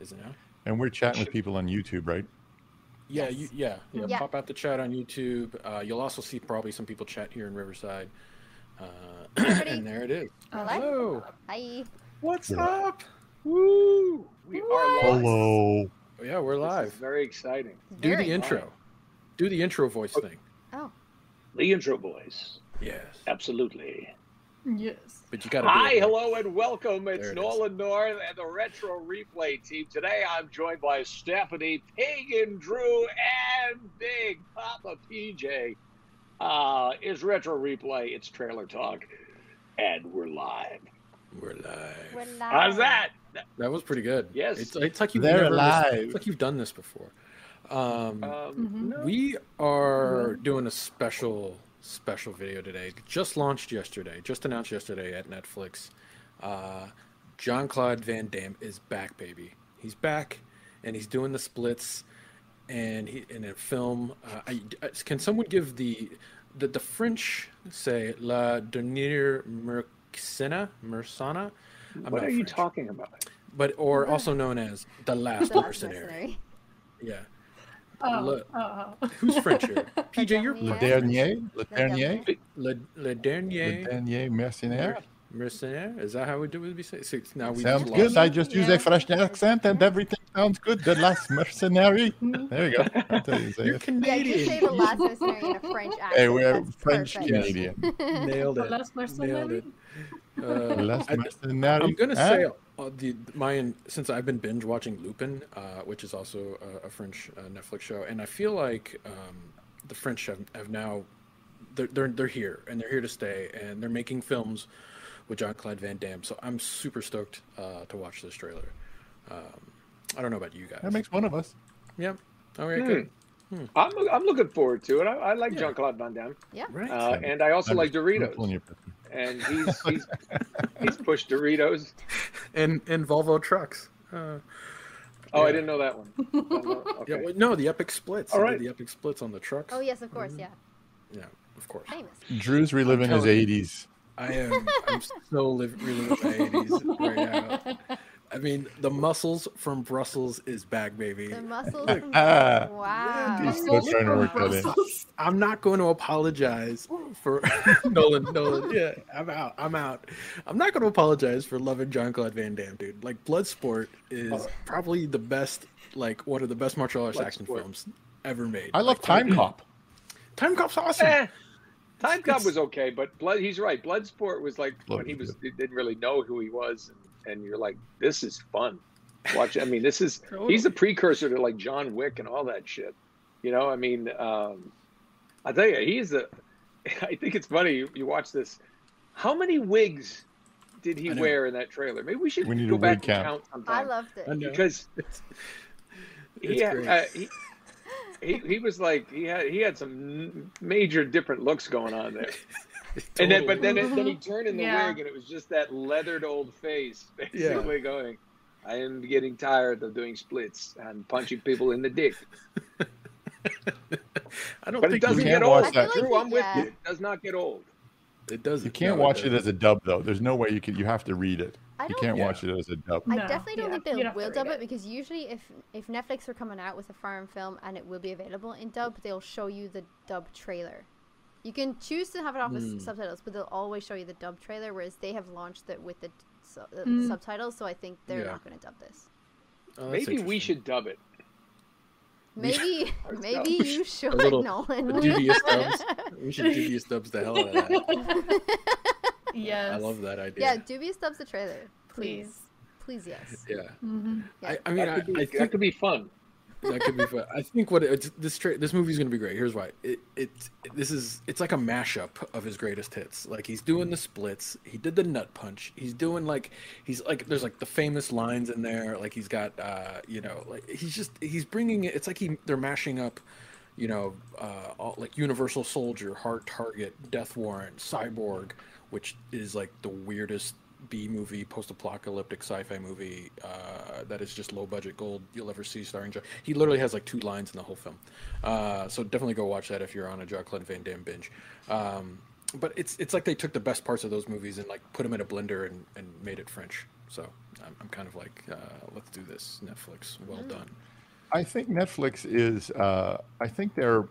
Is it now? And we're chatting with people on YouTube, right? Yeah, you, yeah, yeah, Yeah. Pop out the chat on YouTube. Uh, you'll also see probably some people chat here in Riverside. Uh, and there it is. Hello. Uh-huh. Hello. Hi. What's Yeah. up? Woo! We What? are live. Hello. Oh, yeah, we're This is live. very exciting. Do Very- the intro. Do the intro voice thing. Oh, The intro voice. Yes. Absolutely. Yes. But you got to. Hi, hello, and welcome. It's There it is. Nolan North and the Retro Replay team. Today I'm joined by Stephanie, Pig and Drew, and Big Papa PJ. Uh, it's Retro Replay, it's Trailer Talk, and we're live. We're live. we're live. How's that? That was pretty good. Yes. It's, it's like you've They're never missed- alive. it's like you've done this before. Um, Um, Mhm. we are doing a special special video today. Just launched yesterday. Just announced yesterday at Netflix. Uh, John Claude Van Damme is back, baby. He's back, and he's doing the splits, and he in a film. Uh, I, I- can someone give the the, the French say La dernière mercena mercena? I'm what not are you French. talking about? But or also known as the last The last mercenary. mercenary. Yeah. Oh, Look. oh, oh. Who's French here? PJ, you're Le Yeah. dernier, le The devil. dernier, Le, le le dernier dernier mercenaire. mercenaire? Is that how we do it? We say? So it's- now we Sounds just good. lost- I just use Yeah. a French accent and everything sounds good. The last mercenary. There you go. That's how you say You're it. Yeah, Canadian. you say the last mercenary in a French accent. Hey, we're That's French perfect. Canadian. Nailed The it. last mercenary. Uh, The last I- mercenary. Ah, I'm gonna huh? say uh, the my in- since I've been binge watching Lupin, uh, which is also a, a French uh, Netflix show, and I feel like um, the French have, have now they're, they're they're here and they're here to stay, and they're making films with John Claude Van Damme. So I'm super stoked uh, to watch this trailer. Um, I don't know about you guys. that makes one of us. yeah. All right. Hmm. Good. I'm, I'm looking forward to it. I, I like Yeah. Jean Claude Van Damme, Right. uh, and I also I'm like just- I'm Doritos. pulling your picture. and he's he's, he's pushed Doritos. and and Volvo trucks. Uh, Oh, Yeah. I didn't know that one. I don't know. Yeah. Okay. Well, no, the epic splits. All They did right. The epic splits on the trucks. Oh yes, of course. Yeah, Yeah. Of course. famous. Drew's reliving his telling you. 80s. I am. I'm so live, reliving my 80s right now. I mean, the muscles from Brussels is back, baby. The muscles. Ah, From... ah. wow. He's still trying to work that in. Brussels. I'm not going to apologize for Nolan. Nolan, yeah, I'm out. I'm out. I'm not going to apologize for loving John Claude Van Damme, dude. Like Bloodsport Oh. is probably the best, like one of the best martial arts action Bloodsport. films ever made. I love Like, Time Time Cop. Time Cop's awesome. Eh, Time Cop was okay, but Blood. He's right. Bloodsport was like when he was he didn't really know who he was, and, and you're like, this is fun. Watch. I mean, this is he's the precursor to like John Wick and all that shit. You know, I mean, um, I tell you, he's the. I think it's funny you, you watch this. How many wigs did he I know. wear in that trailer? Maybe we should We need go a back wig and count. count, sometime. I loved it. I know. because It's he, had, great. uh, he, he he was like he had he had some n- major different looks going on there, and then but then it, then he turned in the Yeah. wig and it was just that leathered old face Yeah. basically going, I am getting tired of doing splits and punching people in the dick, I don't but it think doesn't we- can't get old. watch I feel that. like Drew, I'm with yeah. you. It does not get old. Oh, It doesn't. You can't No, watch it doesn't. as a dub, though. There's no way you could. You have to read it. I You don't. can't Yeah. watch it as a dub. I No, definitely don't think yeah, you'd they have to will read dub it. it. because usually, if if Netflix are coming out with a foreign film and it will be available in dub, they'll show you the dub trailer. You can choose to have it off with Hmm. Mm. subtitles, but they'll always show you the dub trailer. Whereas they have launched it with the su- uh, Mm. subtitles, so I think they're Yeah. not going to dub this. Oh, that's Maybe we interesting. should dub it. Maybe, Ours maybe dub. you should, little- Nolan. dubious dubs. We should dubious dubs the hell out of that. Yes. I love that idea. Yeah, Doobie stubs the trailer, Please. please. Please, yes. Yeah. Mm-hmm. I, Yeah. I mean, that I, could, be, I that think could be fun. that could be fun. I think what it's, this tra- this movie's gonna be great. Here's why. It, it this is it's like a mashup of his greatest hits. Like he's doing the splits. He did the nut punch. He's doing like he's like there's like the famous lines in there. Like he's got uh you know like he's just he's bringing it. It's like he they're mashing up. You know, uh, all, like Universal Soldier, Hard Target, Death Warrant, Cyborg, which is like the weirdest B movie, post-apocalyptic sci-fi movie uh, that is just low-budget gold you'll ever see, starring Jack. He literally has like two lines in the whole film, uh, so definitely go watch that if you're on a Jacqueline Van Damme binge. Um, but it's it's like they took the best parts of those movies and like put them in a blender and, and made it French. So I'm, I'm kind of like, uh, let's do this, Netflix. Well done. I think Netflix is. Uh, I think they're,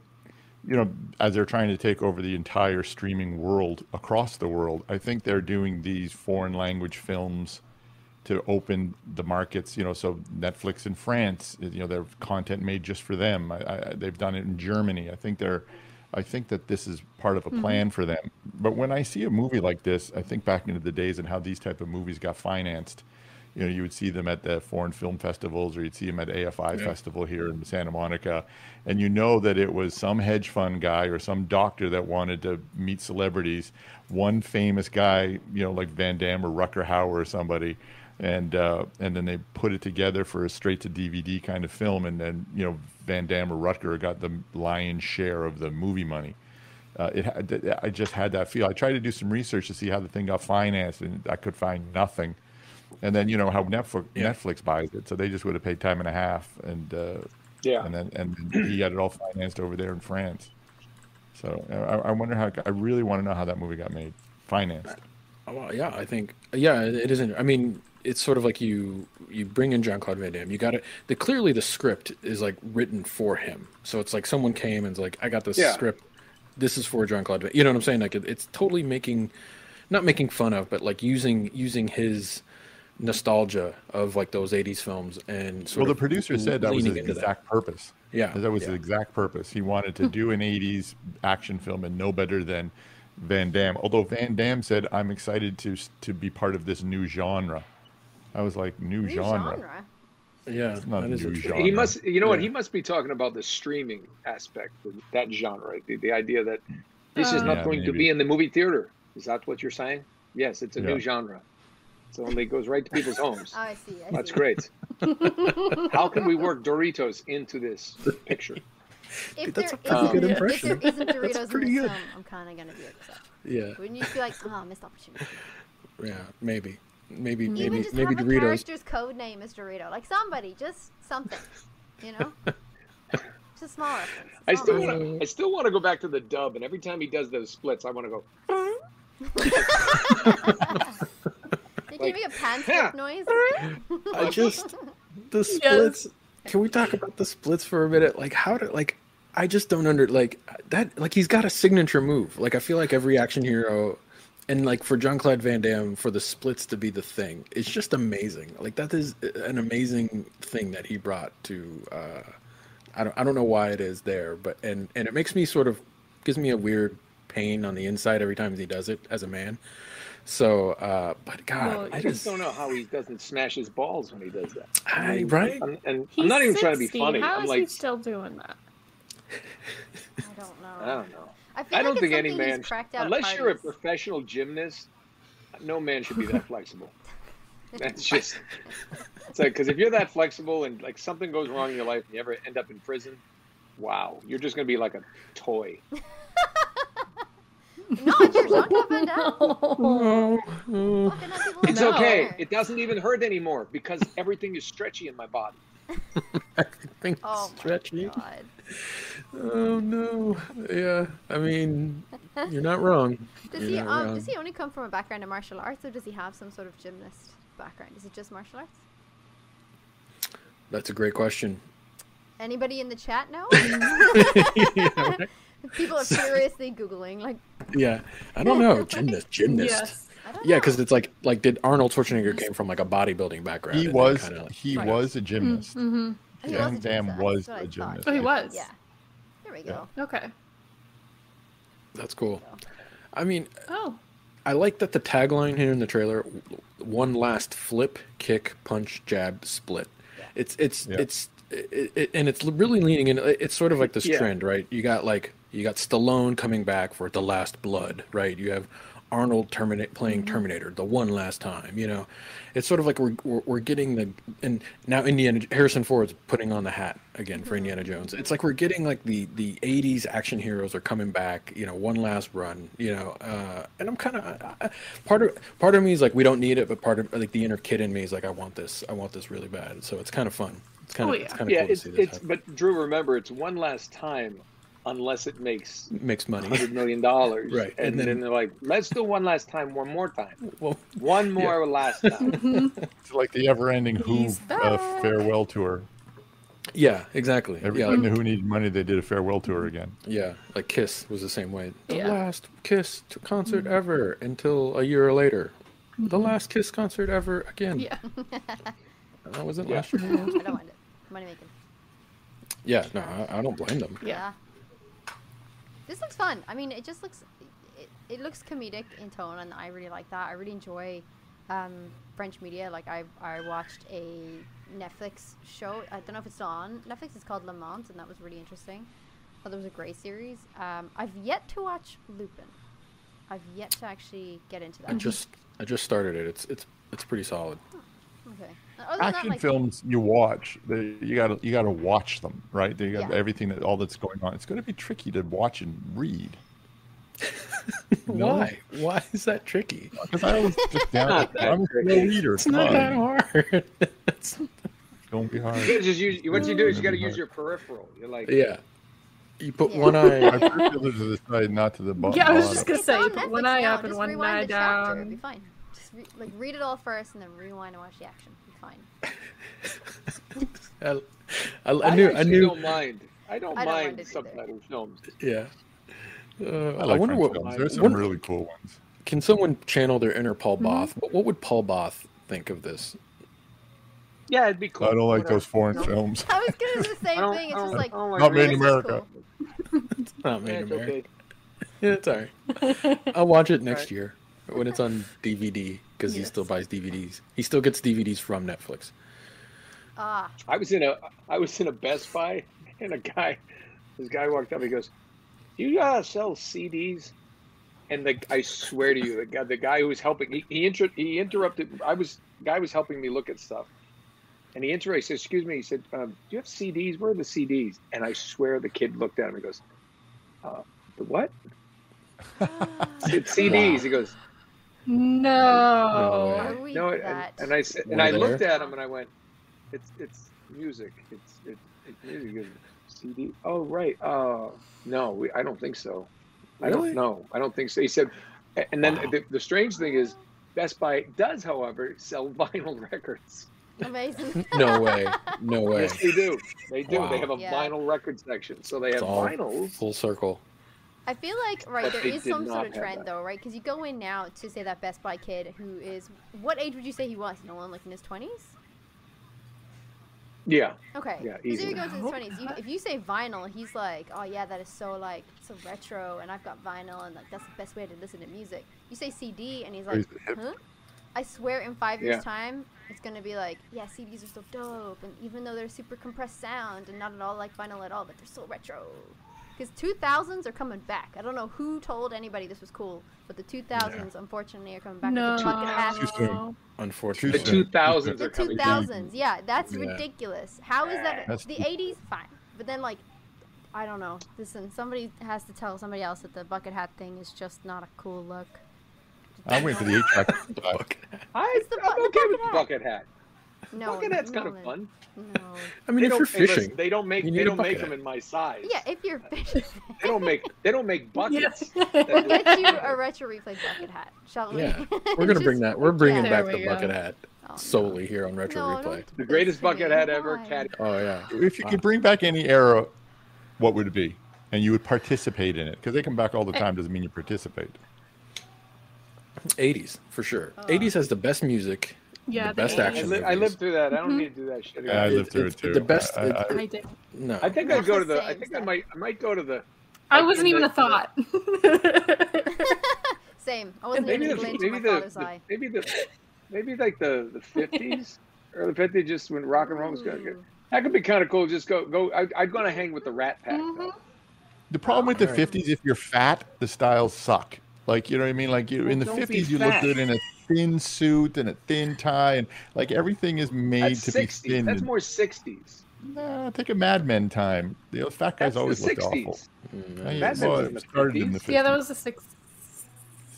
you know, as they're trying to take over the entire streaming world across the world. I think they're doing these foreign language films to open the markets. You know, so Netflix in France, you know, their content made just for them. I, I, they've done it in Germany. I think they're. I think that this is part of a plan for them. But when I see a movie like this, I think back into the days and how these type of movies got financed you know, you would see them at the foreign film festivals or you'd see them at AFI festival here in Santa Monica. And you know that it was some hedge fund guy or some doctor that wanted to meet celebrities, one famous guy, you know, like Van Damme or Rucker Hauer or somebody. And, uh, and then they put it together for a straight to DVD kind of film. And then, you know, Van Damme or Rutger got the lion's share of the movie money uh, it had, I just had that feel. I tried to do some research to see how the thing got financed, and I could find nothing. And then you know how Netflix Netflix buys it, so they just would have paid time and a half, and uh, Yeah. and then and then he got it all financed over there in France. So I, I wonder how. I really want to know how that movie got made, financed. Oh, Well, yeah, I think yeah, it it isn't. I mean, it's sort of like you you bring in John Claude Van Damme. You got it. The clearly the script is like written for him. So it's like someone came and's like, I got this Yeah. script. This is for John Claude. Van-" You know what I'm saying? Like it, it's totally making, not making fun of, but like using using his nostalgia of like those 80s films and sort Well, the of producer said that was leaning his into that. exact purpose. Yeah, that was yeah. his exact purpose. He wanted to do an '80s action film, and no better than Van Damme. Although Van Damme said, "I'm excited to to be part of this new genre." I was like, "New, New genre. genre. Yeah, not that is new interesting. genre. He must, you know what? He must be talking about the streaming aspect, of that genre, the, the idea that this is Uh, not Yeah, going to maybe. be in the movie theater. Is that what you're saying? Yes, it's a Yeah. new genre. So it goes right to people's homes. Oh, I see. I That's see. great. How can we work Doritos into this picture? If That's there a pretty isn't- good If impression. there isn't Doritos pretty in this good. film, I'm kind of gonna be upset. Yeah, Wouldn't you just be like, oh, missed opportunity? yeah, maybe, maybe, Even maybe, just maybe have a Doritos. character's code name is Dorito. Like somebody, just something. You know? just a small reference. I small still reference. want to. I still want to go back to the dub, and every time he does those splits, I want to go. Did like, you make a pan yeah. flip noise? I just the Yes. splits. Can we talk about the splits for a minute? Like how do like I just don't under like that like he's got a signature move. Like I feel like every action hero and like for John Claude Van Damme for the splits to be the thing, it's just amazing. Like that is an amazing thing that he brought to uh I don't I don't know why it is there, but and and it makes me sort of gives me a weird pain on the inside every time he does it as a man. So uh but God Well, I I just don't know how he doesn't smash his balls when he does that. I, right? And, and He's I'm not even trying to be 60. funny. How I'm is like, he still doing that? I don't know. I don't know. feel I like don't it's think any something he's man, cracked out at unless you're a parties. professional gymnast, no man should be that flexible. That's just it's like because if you're that flexible and like something goes wrong in your life and you ever end up in prison, wow, you're just gonna be like a toy. Not your Jean-Claude Van Damme. Oh, Oh, Fucking let people It's know. Oh okay. It doesn't even hurt anymore because everything is stretchy in my body. Everything's Oh my stretchy. God. Oh no. Yeah. I mean, you're not wrong. Does You're he not um, wrong. does he only come from a background in martial arts, or does he have some sort of gymnast background? Is it just martial arts? That's a great question. Anybody in the chat know? People are furiously googling. Like, Yeah. I don't know. Gymnast. Gymnast. Yes. I don't Yeah, know. because it's like like did Arnold Schwarzenegger came from like a bodybuilding background? He and then was kinda like- he was a gymnast. Mm-hmm. Oh, he Van was a Damme gymnast, was that's what a I thought. gymnast. Oh, he was. Yeah. There we go. Okay. That's cool. I mean, Oh. I like that the tagline here in the trailer: "One last flip, kick, punch, jab, split." It's it's Yeah. it's it, it, and it's really leaning in. It's sort of like this Yeah. trend, right? You got like you got Stallone coming back for The Last Blood, right? You have Arnold Terminate playing Mm-hmm. Terminator the one last time. You know, it's sort of like we're we're, we're getting the and now Indiana Harrison Ford's putting on the hat again for Indiana Mm-hmm. Jones. It's like we're getting like the the 80s action heroes are coming back. You know, one last run. You know, uh, and I'm kind of part of part of me is like we don't need it, but part of like the inner kid in me is like I want this. I want this really bad. So it's kind of fun. It's kind Oh, of yeah. it's kind of Yeah, cool it's to see this. it's happen. but Drew, remember it's one last time, unless it makes makes money. hundred million dollars, Right, And, and then, then- they're like, let's do one last time, one more time, well, one more last time. It's like the ever-ending Who He's uh, back. farewell tour. yeah, exactly. Every yeah, time like- the Who needed money, they did a farewell tour again. Yeah, like Kiss was the same way. The Yeah. last Kiss t- concert ever until a year later. The last Kiss concert ever again. Yeah. Uh, was it Yeah. last year? I don't want it. Money making. yeah, no, I, I don't blame them. Yeah. This looks fun. I mean, it just looks. It, it looks comedic in tone, and I really like that. I really enjoy um, French media. Like I, I watched a Netflix show. I don't know if it's still on Netflix. It's called Le Mans, and that was really interesting. I thought that was a great series. Um, I've yet to watch Lupin. I've yet to actually get into that. I just I just started it. It's it's it's pretty solid. okay. Other than Action that, like, films you watch, they, you gotta you gotta watch them, right? They got Yeah. everything that all that's going on. It's gonna be tricky to watch and read. Why? Why is that tricky? Because I always just down. Not that I'm a slow tricky. reader. It's come not on. that hard. It's- Don't be You hard. just use, what you do is you got to use your peripheral. You're like, yeah. You put Yeah. one I eye. prefer to look to the side, not to the bottom. Yeah, I was just bottom. gonna say, on you put one Netflix eye now. up and Just one rewind eye the chapter. It'd be down. fine. Just re- like read it all first and then rewind and watch the action. It'd be fine. I, I, I I, knew. I actually knew. don't mind. I don't I don't mind mind it either. subtitled films. Yeah. Uh, I like wonder French what. films. There's some what- really cool ones. Can someone channel their inner Paul Both? What, what would Paul Both think of this? Yeah, it'd be cool. I don't like Whatever. those foreign No. films. I was gonna do the I same don't- thing. It's I just don't- like I don't like Not made in reading. America. It's not made Yeah, in it's America. okay. Yeah, it's all right. I'll watch it next right. year when it's on DVD because he Yes. still buys DVDs. He still gets DVDs from Netflix. ah. I was in a I was in a Best Buy and a guy this guy walked up he goes, Do you uh, sell CDs? And the I swear to you, the guy the guy who was helping he he, inter, he interrupted I was guy was helping me look at stuff. And he interrupted, he said, excuse me, he said, um, do you have CDs? Where are the CDs? And I swear the kid looked at him and goes, uh, the what? it's CDs. He goes, No. Oh, No Are we no, and, that? and I said, Were and I there? looked at him and I went, "It's it's music. It's it, it's music. He goes, CD. Oh right. Uh, no, we, I don't think so. I Really? don't know. I don't think so." He said, a- and then the, the strange thing is, Best Buy does, however, sell vinyl records. Amazing. No way. No way. Yes, they do. They do. They Wow. have a Yeah. vinyl record section, so they have It's all vinyls. full circle. I feel like right But there they is did some not sort of have trend that. though, right? Because you go in now to say that Best Buy kid who is what age would you say he was? No one like in his twenties. Yeah, Okay. Yeah, Because if easily. you go to his No. twenties, you, if you say vinyl, he's like, oh yeah, that is so like so retro, and I've got vinyl, and like that's the best way to listen to music. You say CD, and he's like, He's hip. huh? I swear, in five years' Yeah. time, it's gonna be like, yeah, CDs are so dope, and even though they're super compressed sound and not at all like vinyl at all, but they're so retro. Because 2000s are coming back. I don't know who told anybody this was cool, but the 2000s unfortunately are coming back. No. With a punk ass Too soon. the Unfortunately. Too soon. two thousands the are coming. 2000s yeah that's Yeah. ridiculous how is that That's- the 80s fine but then like i don't know listen somebody has to tell somebody else that the bucket hat thing is just not a cool look I'm waiting for the eight track. Fuck. I, It's the bu- I'm the okay with bucket hat. bucket hat. no bucket hat's no, kind of fun. no I mean, They if don't- you're unless fishing, They don't make you need they a don't make bucket them hat. in my size. yeah if you're fishing They don't make they don't make buckets. get you a retro replay bucket hat shall we yeah, we're gonna bring Just- that. We're bringing yeah. back There the we go. bucket hat Oh, no. solely here on Retro No, Replay. don't do The this greatest to me. bucket hat ever, Why? Caddy. Oh yeah. If you could bring back any era, what would it be? And you would participate in it because they come back Eh. all the time. Doesn't mean you participate. 80s for sure. 80s has the best music. Yeah, the the best 80s. I, action. li- I movies. lived through that. I Mm-hmm. don't need to do that shit Yeah, I again. It- lived through it's it too. The best. I- I- I, did. no. I think I'd go to the. I Same think I stuff. might. I might go to the. I wasn't even a Like, thought. Same. I wasn't maybe even the, blind to maybe my the, father's the eye. maybe the maybe like the the fifties or the fifties just when rock and roll was good. Ooh. That could be kind of cool. Just go go. I, I'd want to hang with the Rat Pack. Mm-hmm. though. The problem with the Alright. 50s, if you're fat, the styles suck. Like, you know what I mean? Like, you in the Well, don't be 50s, you look fat. good in a thin suit and a thin tie, and like everything is made That's to be sixties. thin. That's more sixties. Nah, take a Mad Men time. The fat guys That's always the looked awful. sixties. I, Mad Men Uh, well, was it in the started in the 50s. 50s. Yeah, that was the six.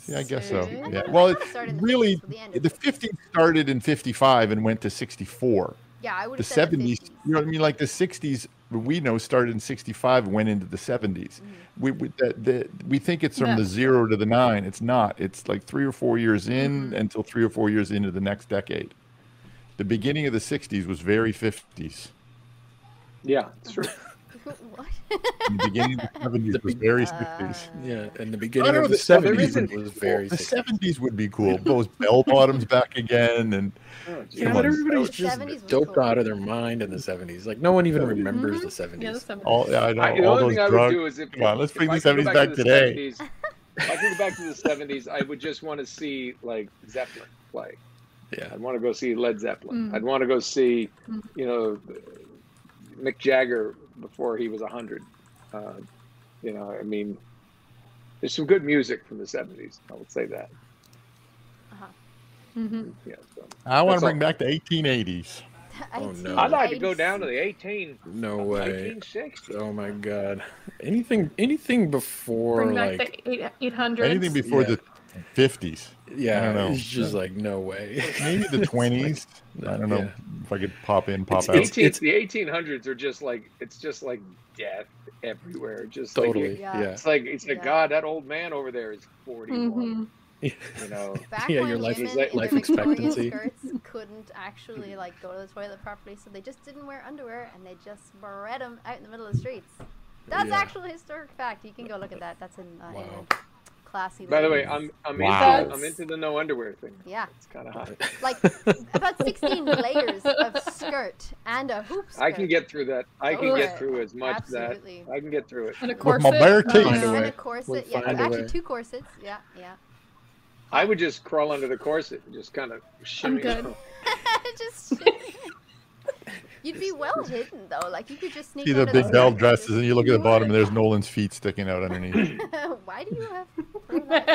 Yeah, I guess so. I Yeah. thought it- Well, I it thought it started in the really, 50s till the end the, of the 50s started in 55 and went to 64. Yeah, I would The have said 70s, The 50s. you know what I mean? Like the 60s, we know started in 65 and went into the 70s. Mm-hmm. We we, that the, we think it's from Yeah. the zero to the nine. It's not. It's like three or four years in Mm-hmm. until three or four years into the next decade. The beginning of the 60s was very 50s. Yeah, it's true. what? And the beginning of the 70s was very Uh, 60s. Yeah, in the beginning know, of the the- well, there seventies isn't- was very. the 60s. 70s would be cool. Those bell bottoms back again and Oh, geez. Yeah, Come but on. everybody's just 70s was doped cool. out of their mind in the seventies. Like no one even remembers the Yeah, the seventies. seven. all, yeah, I know, I, the all those only thing I would drugs. do is if Come on, let's if bring I the could go 70s back to the today. 70s, if I could go back to the seventies, I would just want to see like Zeppelin play. Yeah, I'd want to go see Led Zeppelin. Mm. I'd want to go see, you know, Mick Jagger before he was 100. Uh, you know, I mean, there's some good music from the 70s. I would say that. Mm-hmm. Yeah, so. I want That's to bring all. back the 1880s. Oh, no. I'd like to go down to the 18, no way. 1960. Oh my god. Anything, anything before Bring back like the eight hundred. Anything before Yeah. the 50s. yeah, I don't know. it's just like no way. Maybe the 20s. I don't know yeah. if I could pop in, pop It's- out. it's- 18, the 1800s are just like it's just like death everywhere. Just like- totally. Yeah. Yeah. it's like it's like Yeah. God. That old man over there is 41. Mhm. Mm-hmm. You know, Back Yeah, when your life- women life in their Victorian expectancy. skirts couldn't actually like go to the toilet properly, so they just didn't wear underwear and they just spread them out in the middle of the streets. That's Yeah. actual historic fact. You can go look at that. That's in, uh, Wow. England. classy. by the way, lady. I'm I'm Wow. into I'm into the no underwear thing. yeah, It's kind of hot. like about 16 layers of skirt and a hoop skirt. I can get through that. I can Over get it. through as much Absolutely. that I can get through it. And a With corset. my bare Oh, teeth. yeah. Underwear. and a We'll corset. yeah, find a actually way. two corsets. Yeah, yeah. I would just crawl under the corset and just kind of shimmy. good. around. just you'd be well hidden though. Like you could just sneak. See the under the big belt skirt. dresses, and you look at the bottom, and there's Nolan's feet sticking out underneath. Why do you have? blue lights?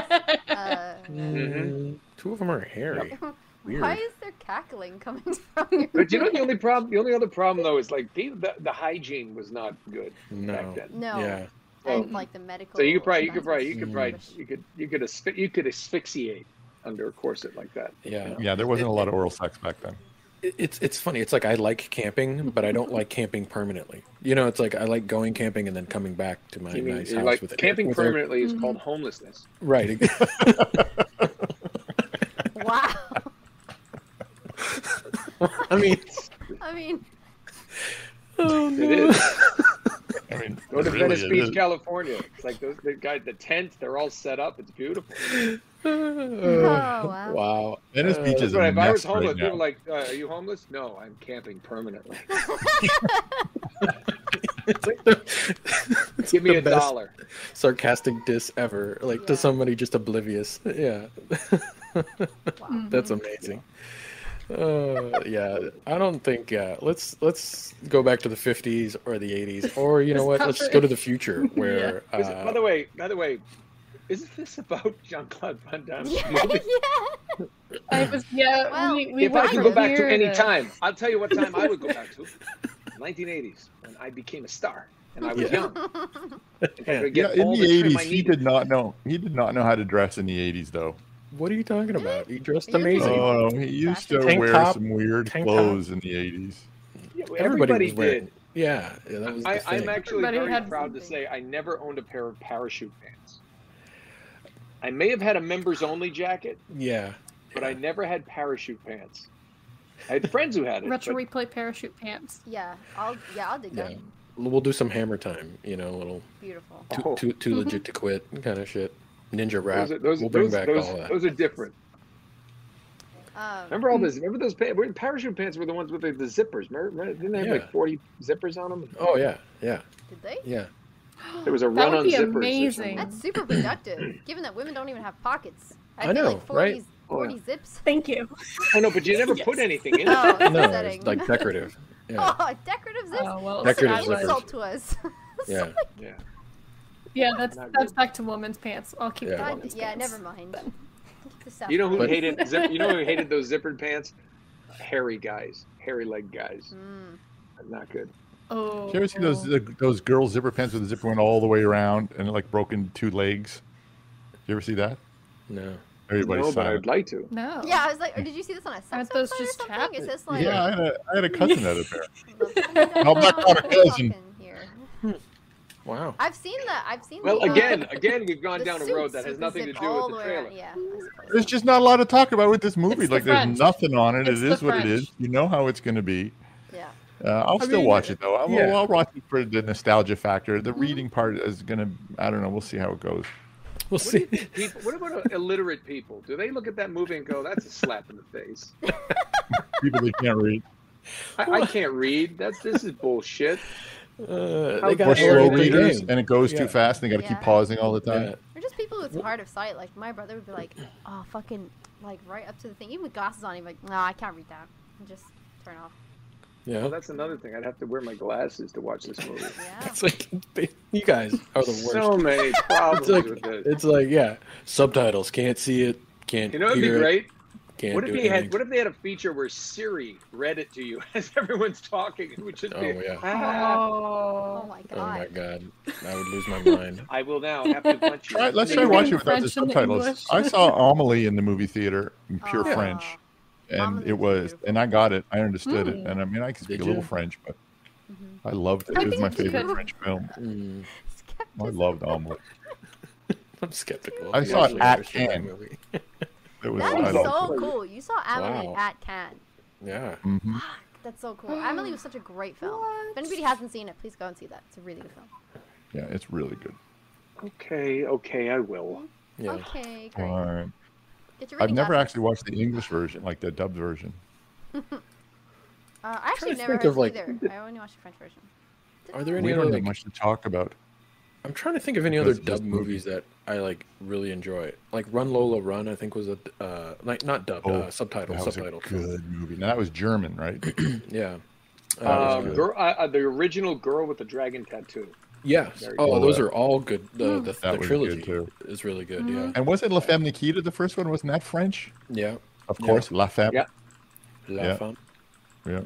Uh, Mm, Two of them are hairy. Weird. why is there cackling coming from your? But you know the only problem. The only other problem though is like the the, the hygiene was not good No. back then. No. Yeah. And like the medical. So you could probably you could probably you could Mm. probably you could you could asf- you could asphyxiate under a corset like that. Yeah. Yeah, there wasn't a lot of oral sex back then. It- It's it's funny. It's like I like camping, but I don't like camping permanently. You know, it's like I like going camping and then coming back to my You mean nice you're house like with camping with air- permanently is called homelessness. Right. Hmm. Wow. I mean, I mean, oh, It no. is. I mean, Go to really, Venice it Beach, is. California. It's like those the guy the tents. They're all set up. It's beautiful. oh Uh, wow. wow. Venice Uh, Beach is But a if I was mess homeless, right people now. were like, uh, "Are you homeless?" No, I'm camping permanently. It's like the, it's Give me the a best dollar. sarcastic diss ever, like to Yeah. somebody just oblivious. Yeah. Mm-hmm. That's amazing. Uh, yeah, I don't think. Yeah, let's let's go back to the '50s or the '80s, or you know what? Let's Let's just cover go it. to the future where. Is it- by Uh, the way, by the way, isn't this about Jean Claude Van Damme? Yeah, yeah. I was, yeah, Well, we, we If I went could from go back to here any time, I'll tell you what time I would go back to. 1980s, when I became a star and I was Yeah. young. If I could You know, get in all the trim 80s, I he needed. did not know. He did not know how to dress in the 80s, though. what are you talking about? You dressed Are you looking amazing. Oh, at- he used to Tank wear top, some weird tank clothes in the 80s. Yeah, well, Everybody, everybody was wearing. did. Yeah, yeah, that was the I, thing. I'm actually Everybody very had proud to something. say I never owned a pair of parachute pants. I may have had a members only jacket, yeah, but I never had parachute pants. I had friends who had it. retro but replay parachute pants. Yeah, I'll yeah I'll do that. yeah. We'll do some hammer time. You know, a little Beautiful. too Oh. too, too legit to quit kind of shit. Ninja rap. those, are- those, we'll bring those, back those, all that. those are different. Um, Remember all Mm. this? Remember those pants? Parachute pants were the ones with the, the zippers. Remember, remember- didn't they have Yeah. like forty zippers on them? oh yeah, yeah, did they? yeah. There was a That run would on be zippers. or amazing. something. That's super productive, given that women don't even have pockets. I, I feel know, like 40, right? 40 zips. Thank you. I know, but you never put Yes. anything in it. Oh, it's No, upsetting. it's like decorative. Yeah, oh, decorative zips. Oh, well, That's Decorative an that's zippers. insult to us. yeah. Yeah. Yeah, that's Not that's back to woman's pants. I'll keep Yeah. the God, woman's yeah, pants. never mind. Keep the stuff You know who But- away. hated? Zip, you know who hated those zippered pants? Hairy guys, hairy leg guys. Mm. Not good. Oh, you ever see those uh, oh. the, those girl zipper pants where the zipper went all the way around and it like broke in two legs? You ever see that? No. Everybody's no, but silent. I'd like to. No. Yeah, I was like, or did you see this on a sex Aren't website those or just something? tapped? Is this like? yeah, I had, a, I had a cousin that had a pair. No, I'm not we're called a cousin. talking here. Wow. I've seen that. I've seen. Well, the, uh, again, again, we've gone the down a suits road that has the nothing to zip do all with the way trailer. around. Yeah, I suppose. There's just not a lot to talk about with this movie. It's the like, there's French. nothing on it. It's It the is what it French. is. You know how it's going to be. yeah. Uh, I'll I still mean, watch it though. I'll, yeah. I'll watch it for the nostalgia factor. Mm-hmm. The reading part is gonna. I don't know. We'll see how it goes. We'll What, do see. you think people, what about illiterate people? Do they look at that movie and go, "That's a slap in the face"? People that can't read. I, I can't read. That's this is bullshit. Uh, How they Yeah, Or got slow dare slow everything readers, readers. and it goes Yeah. too fast. And they got to Yeah. keep pausing all the time. Yeah. Or just people with hard of sight. Like my brother would be like, "Oh, fucking," like right up to the thing, even with glasses on. He'd be like, "Nah, I can't read that." And just turn off. Well, yeah. that's another thing. I'd have to wear my glasses to watch this movie. Yeah. It's like they- you guys are the worst. So many It's problems like- with this. it's like yeah, subtitles can't see it, can't. You know, it'd be hear it, great. Can't What if do they had? anything. What if they had a feature where Siri read it to you as everyone's talking? It would just be, Oh, yeah. "Ah, Oh Oh. my Oh my god. god, I would lose my mind. I will now have to punch you. All right, let's They're try watching doing it without the French and English. subtitles. I saw Amelie in the movie theater, in pure Oh. French, and Amelie's it was, beautiful. and I got it. I understood Hmm. it, Mm. and I mean, I could speak Did a little you? French, but Mhm. I loved it. I It was think my you favorite could. French film. Mm, I loved Amelie. I'm skeptical. I if you saw it actually at understood that Cannes. movie. It was. That I is loved so cool. You saw Amelie Wow. at Cannes. Yeah, it. Mhm. Fuck, That's so cool. Amelie was such a great film. If anybody hasn't seen it, please go and see that. It's a really good film. Yeah, it's really good. Okay, okay, I will. yeah. Okay, great. All right. Get your Um, I've reading never glasses. actually watched the English version, like the dubbed version. Uh, I trying actually to never think heard of, like- either. I only watched the French version. Did Are I? there any We other don't like have much to talk about. I'm trying to think of any other Because of this dub movie. movies that I like really enjoy. Like Run Lola Run, I think was a uh, like not dubbed, Oh, uh, subtitled, That was a subtitled. good movie. Now that was German, right? Yeah, Um, Oh, That was Uh, good. girl, uh, uh, the original girl with the dragon tattoo. yeah. Very Oh, good. those are all good. The the, That the was good, trilogy too. is really good. and wasn't La Femme Nikita the first one? Wasn't that French? Yeah, Of Yeah. course, La Femme. Yeah. yeah. Yeah. Femme. Yeah,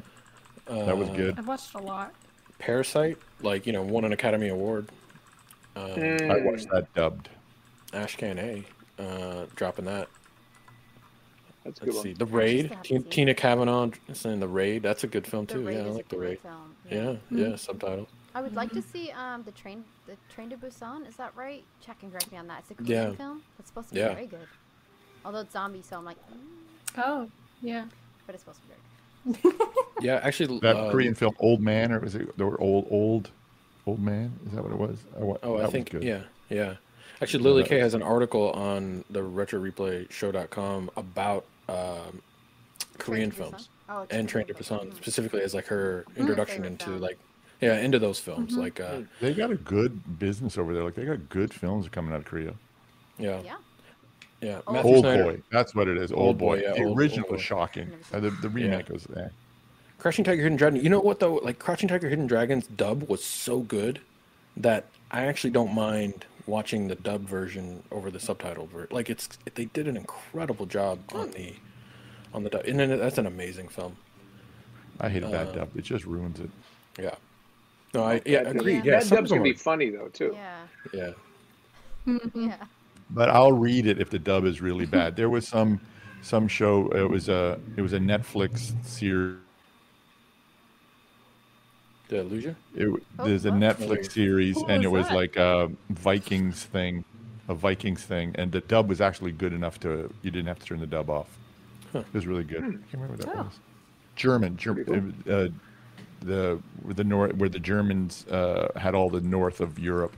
that was Uh, good. I've watched a lot. Parasite, like you know, won an Academy Award. Um, Mm. I watched that dubbed. Ashcan A, uh, dropping that. That's a good Let's one. see, The Raid. haven't T- seen it. Tina Kavanaugh is in The Raid. That's a good film The too. Raid yeah, I is like a The great Raid. film. Yeah, Mm. Mm-hmm. yeah, subtitle. I would like to see um the train the train to Busan. Is that right? Check and correct me on that. It's a Korean Yeah. film. It's supposed to be Yeah. very good. Although it's zombie, so I'm like, mm, Oh, yeah. but it's supposed to be very good. Yeah, actually, That um, Korean film, Old Man, or was it? They were old, old, old man. Is that what it was? I, wa- Oh, that I was think good. yeah, yeah. Actually, Lily that K has an article on the retro replay show.com about um, Korean Train to Mm, films Busan. Oh, it's and a Train to Korean film. Busan specifically as like her introduction favorite into film. like yeah into those films Mm-hmm. like uh, They got a good business over there. Like they got good films coming out of Korea. yeah Mm, Yeah. Oh, yeah Old old Snyder Oh, boy, that's what it is. Old, Old boy. Boy, yeah, the Old- Old original Boy. was shocking. Uh, the, the remake was eh, there. Crouching Tiger Hidden Dragon you know what though like Crouching Tiger Hidden Dragon's dub was so good that I actually don't mind watching the dub version over the subtitled version like it's they did an incredible job on the on the dub and then that's an amazing film I hated Uh, that dub. It just ruins it. Yeah. No, I yeah agreed. Yeah, that some of dub's them gonna be are, funny though too. Yeah. yeah. Yeah. but I'll read it if the dub is really bad. There was some some show. It was a it was a Netflix series. Did I lose you? It, w Oh, there's a what? Netflix series, What and it was was that? like a Vikings thing, a Vikings thing, and the dub was actually good enough to you didn't have to turn the dub off. It was really good. I can't remember what that was. German, German. Uh, the where the north where the Germans uh, had all the north of Europe.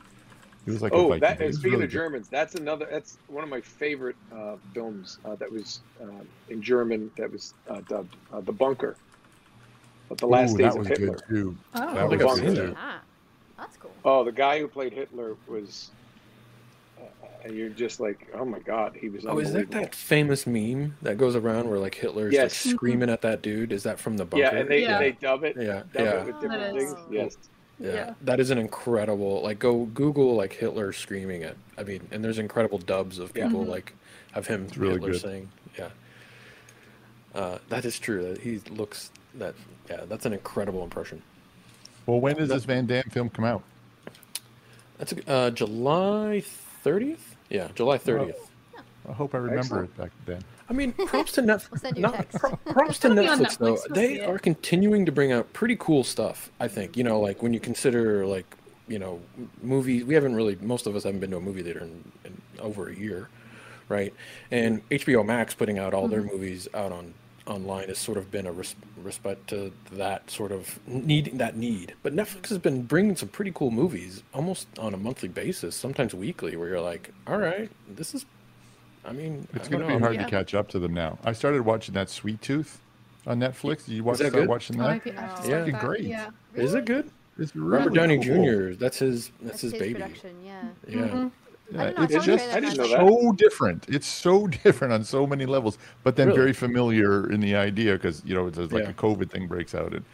It was like a Oh, Viking that thing. It and was speaking really of good. Germans, that's another. That's one of my favorite uh, films uh, that was uh, in German that was uh, dubbed uh, "The Bunker," but the last Ooh, days that was of Hitler. good too. Oh. that think was I've good seen too. Ah, that's cool. Oh, the guy who played Hitler was. Uh, you're just like, oh my god, he was. Oh, is that unbelievable. that famous meme that goes around where like Hitler's Yes. like screaming at that dude? Is that from the bunker? Yeah, and they Yeah. they dub it. Yeah, dub yeah. it with different That is- things. Yes. Yeah. Yeah. That is an incredible like go Google like Hitler screaming it. I mean, and there's incredible dubs of people like of him really Hitler good. saying, yeah. Uh, that is true. That he looks that yeah, that's an incredible impression. Well, when does this Van Damme film come out? That's a, uh, July 30th? Yeah, July 30th. I hope I remember Excellent. it back then. I mean, props to Netflix. We'll send you a not, text. pro- props to It'll be on Netflix, though. Netflix, we'll see They it. are continuing to bring out pretty cool stuff. I think you know, like when you consider like you know m- movies. We haven't really most of us haven't been to a movie theater in, in over a year, right? And HBO Max putting out all their Mm-hmm. movies out on online has sort of been a res- respect to that sort of need that need. But Netflix has been bringing some pretty cool movies almost on a monthly basis, sometimes weekly, where you're like, all right, this is. I mean, It's I going don't to know. be hard Yeah. to catch up to them now. I started watching that Sweet Tooth on Netflix. Did you watch, that start good? watching Oh, I that? could- I have to Yeah. start Fucking that. great. Yeah. Is it good? It's Robert Downey really cool. Jr. That's his. That's, That's his, baby. production, Mm-hmm. yeah. Yeah. Yeah, I don't know, it's I saw just the trailer I didn't and know was that. like, so different. It's so different on so many levels, but then Really? very familiar in the idea because you know it's like Yeah. a COVID thing breaks out and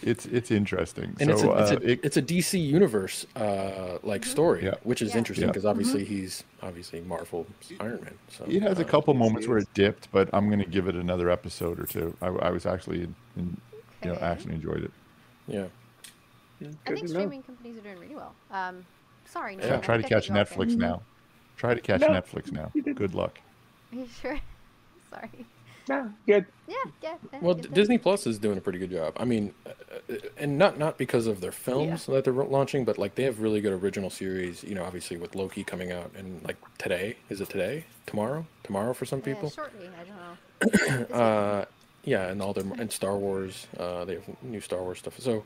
it's it's interesting. And so it's a, it's, uh, a, it- it's a DC universe uh, like story, Yeah. which is Mm-hmm. Yeah. Mm-hmm. interesting Yeah. because obviously he's obviously Marvel Iron Man. So It has a uh, couple moments where it dipped, but I'm going to give it another episode or two. I, I was actually, in, in, you know, Okay. actually enjoyed it. Yeah. I Good think to know. streaming companies are doing really well. Um, sorry, Try- Nathan, Try I to think I cut catch you off there. Netflix now. Try to catch No, Netflix now. Good luck. Are you sure? sorry. Nah, good. Yeah, yeah. yeah, Well, good D- then. Disney Plus is doing a pretty good job. I mean, uh, uh, and not not because of their films that they're launching, but like they have really good original series. You know, obviously with Loki coming out and like today is it today? Tomorrow? Tomorrow for some Yeah, people. shortly, I don't know. Uh, yeah, and all their and Star Wars. Uh, they have new Star Wars stuff. So,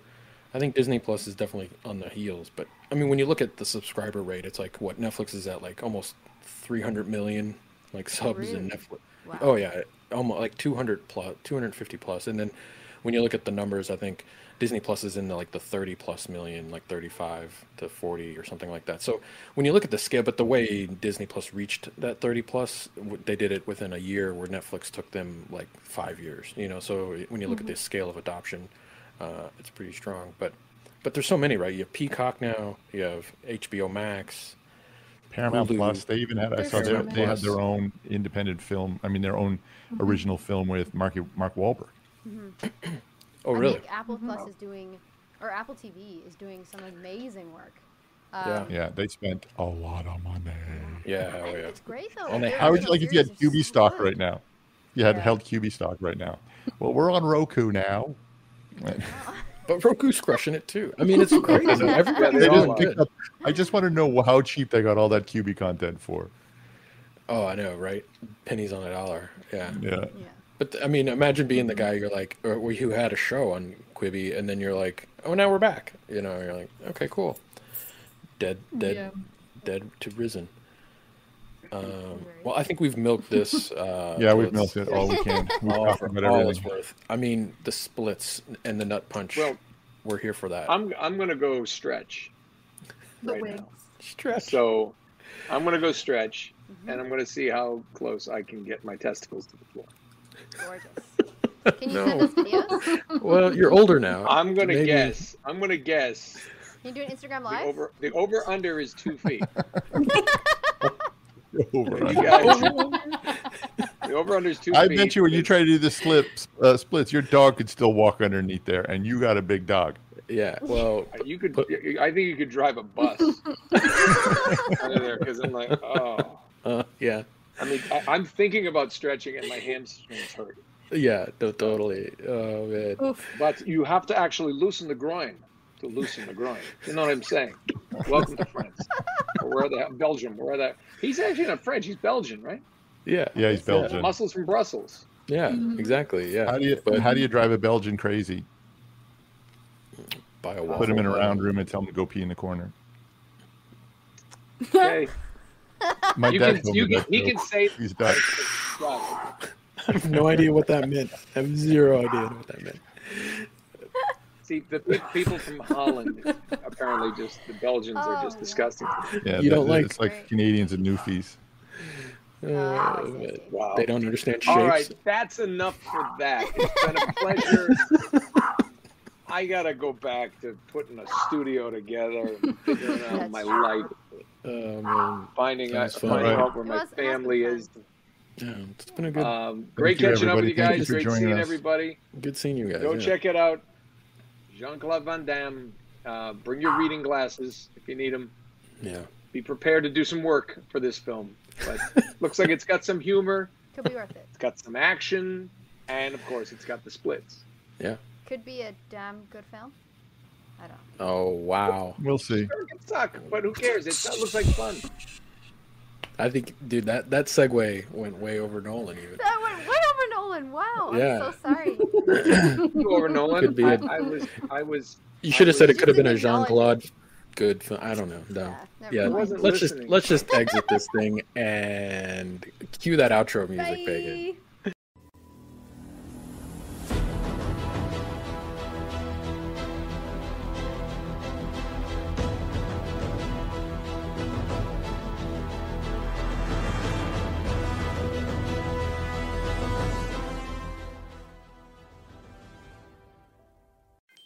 I think Disney Plus is definitely on the heels. But I mean, when you look at the subscriber rate, it's like what Netflix is at, like almost 300 million like subs in Really? Netflix. Wow. Oh yeah, almost like 200 plus, 250 plus, and then when you look at the numbers, I think Disney Plus is in the, like the 30 plus million, like 35 to 40 or something like that. So when you look at the scale, but the way Disney Plus reached that 30 plus, w- they did it within a year, where Netflix took them like five years. You know, so when you look Mm-hmm. at the scale of adoption, uh, it's pretty strong. But but there's so many, right? You have Peacock now, you have HBO Max. Paramount Hulu. Plus. They even had. I There's saw they, Paramount they had Plus. their own independent film. I mean, their own original film with Mark Mark Wahlberg. Oh I really? think Apple Mm-hmm. Plus is doing, or Apple TV is doing some amazing work. Yeah. Um, Yeah, they spent a lot of money. Yeah, I oh think yeah. it's great though. And they their have How would you original like if you had series are QB so stock good. right now? You had Yeah. held QB stock right now. Well, we're on Roku now. But Roku's crushing it too. I mean, it's crazy. Everybody They They all just are. picked up. I just want to know how cheap they got all that QB content for. Oh, I know, right? Pennies on a dollar. Yeah. Yeah. Yeah. But I mean, imagine being the guy you're like, or well, you had a show on Quibi, and then you're like, oh, now we're back. You know, you're like, okay, cool. Dead, dead, Yeah. dead to risen. Um, well, I think we've milked this. Uh, Yeah, till we've it's- milked it all we can. We've All, covered for all it's everything. worth. I mean, the splits and the nut punch. Well, we're here for that. I'm I'm gonna go stretch. The Right wigs. now. stressed. So I'm gonna go stretch, and I'm gonna see how close I can get my testicles to the floor. Gorgeous. Can you send No. us videos? Can well, you're older now. I'm gonna Uh, Maybe- guess. I'm gonna guess. you do an Instagram The live? over the over under is two feet. Over. You guys, the over under is two I feet. bet you when you It's- try to do the slips, uh, splits, your dog could still walk underneath there, and you got a big dog. Yeah. Well, You could. I think you could drive a bus out of there because I'm like, oh. uh, yeah. I mean, I, I'm thinking about stretching and my hamstrings hurt. Yeah, no, totally. Oh man. Oof. But you have to actually loosen the groin to loosen the groin. You know what I'm saying? Welcome to France. Or where the hell- Belgium? Where that? He's actually not French. He's Belgian, right? Yeah. Yeah, he's Belgian. Muscles from Brussels. Yeah, Mm-hmm. exactly. Yeah. How do you But how do you drive a Belgian crazy? buy a waffle, Put him in a round room and tell him to go pee in the corner. Okay. My You dad can- told you me can- that he can joke. say- he's Dutch. Right. I have no idea what that meant. I have zero idea what that meant. See, the pe- people from Holland apparently just the Belgians are just Oh, disgusting. Yeah, You don't that- like- it's like Canadians and Newfies. Ah, I see, I Uh, see. Wow. They don't understand shapes. All right, that's enough for that. It's been a pleasure. I gotta go back to putting a studio together, and figuring out That's my true. life, Oh, man. finding out, That's fun. finding Right. out where It my was- it has been family fun. is. Yeah, it's been a good, Um, great you, catching up with everybody. you Thank you guys. for great joining seeing us. everybody. good seeing you guys. Go yeah. check it out. Jean Claude Van Damme. Uh, bring your reading glasses if you need them. Yeah. Be prepared to do some work for this film. But looks like it's got some humor, Could be worth it. it's got some action, and of course, it's got the splits. Could be a damn good film. I don't. know. Oh wow! We'll see. Sure, it can suck, but who cares? It looks like fun. I think, dude, that that segue went way over Nolan. Even That went way over Nolan. Wow. Yeah. I'm so sorry. You over Nolan? Could be I, a- I was. I was. you should have said it was- could have been a Just Jean acknowledge Claude good. Film. I don't know. No. Yeah, never Yeah. mind. I wasn't Let's just listening. let's just exit this thing and cue that outro music, Megan. Bye.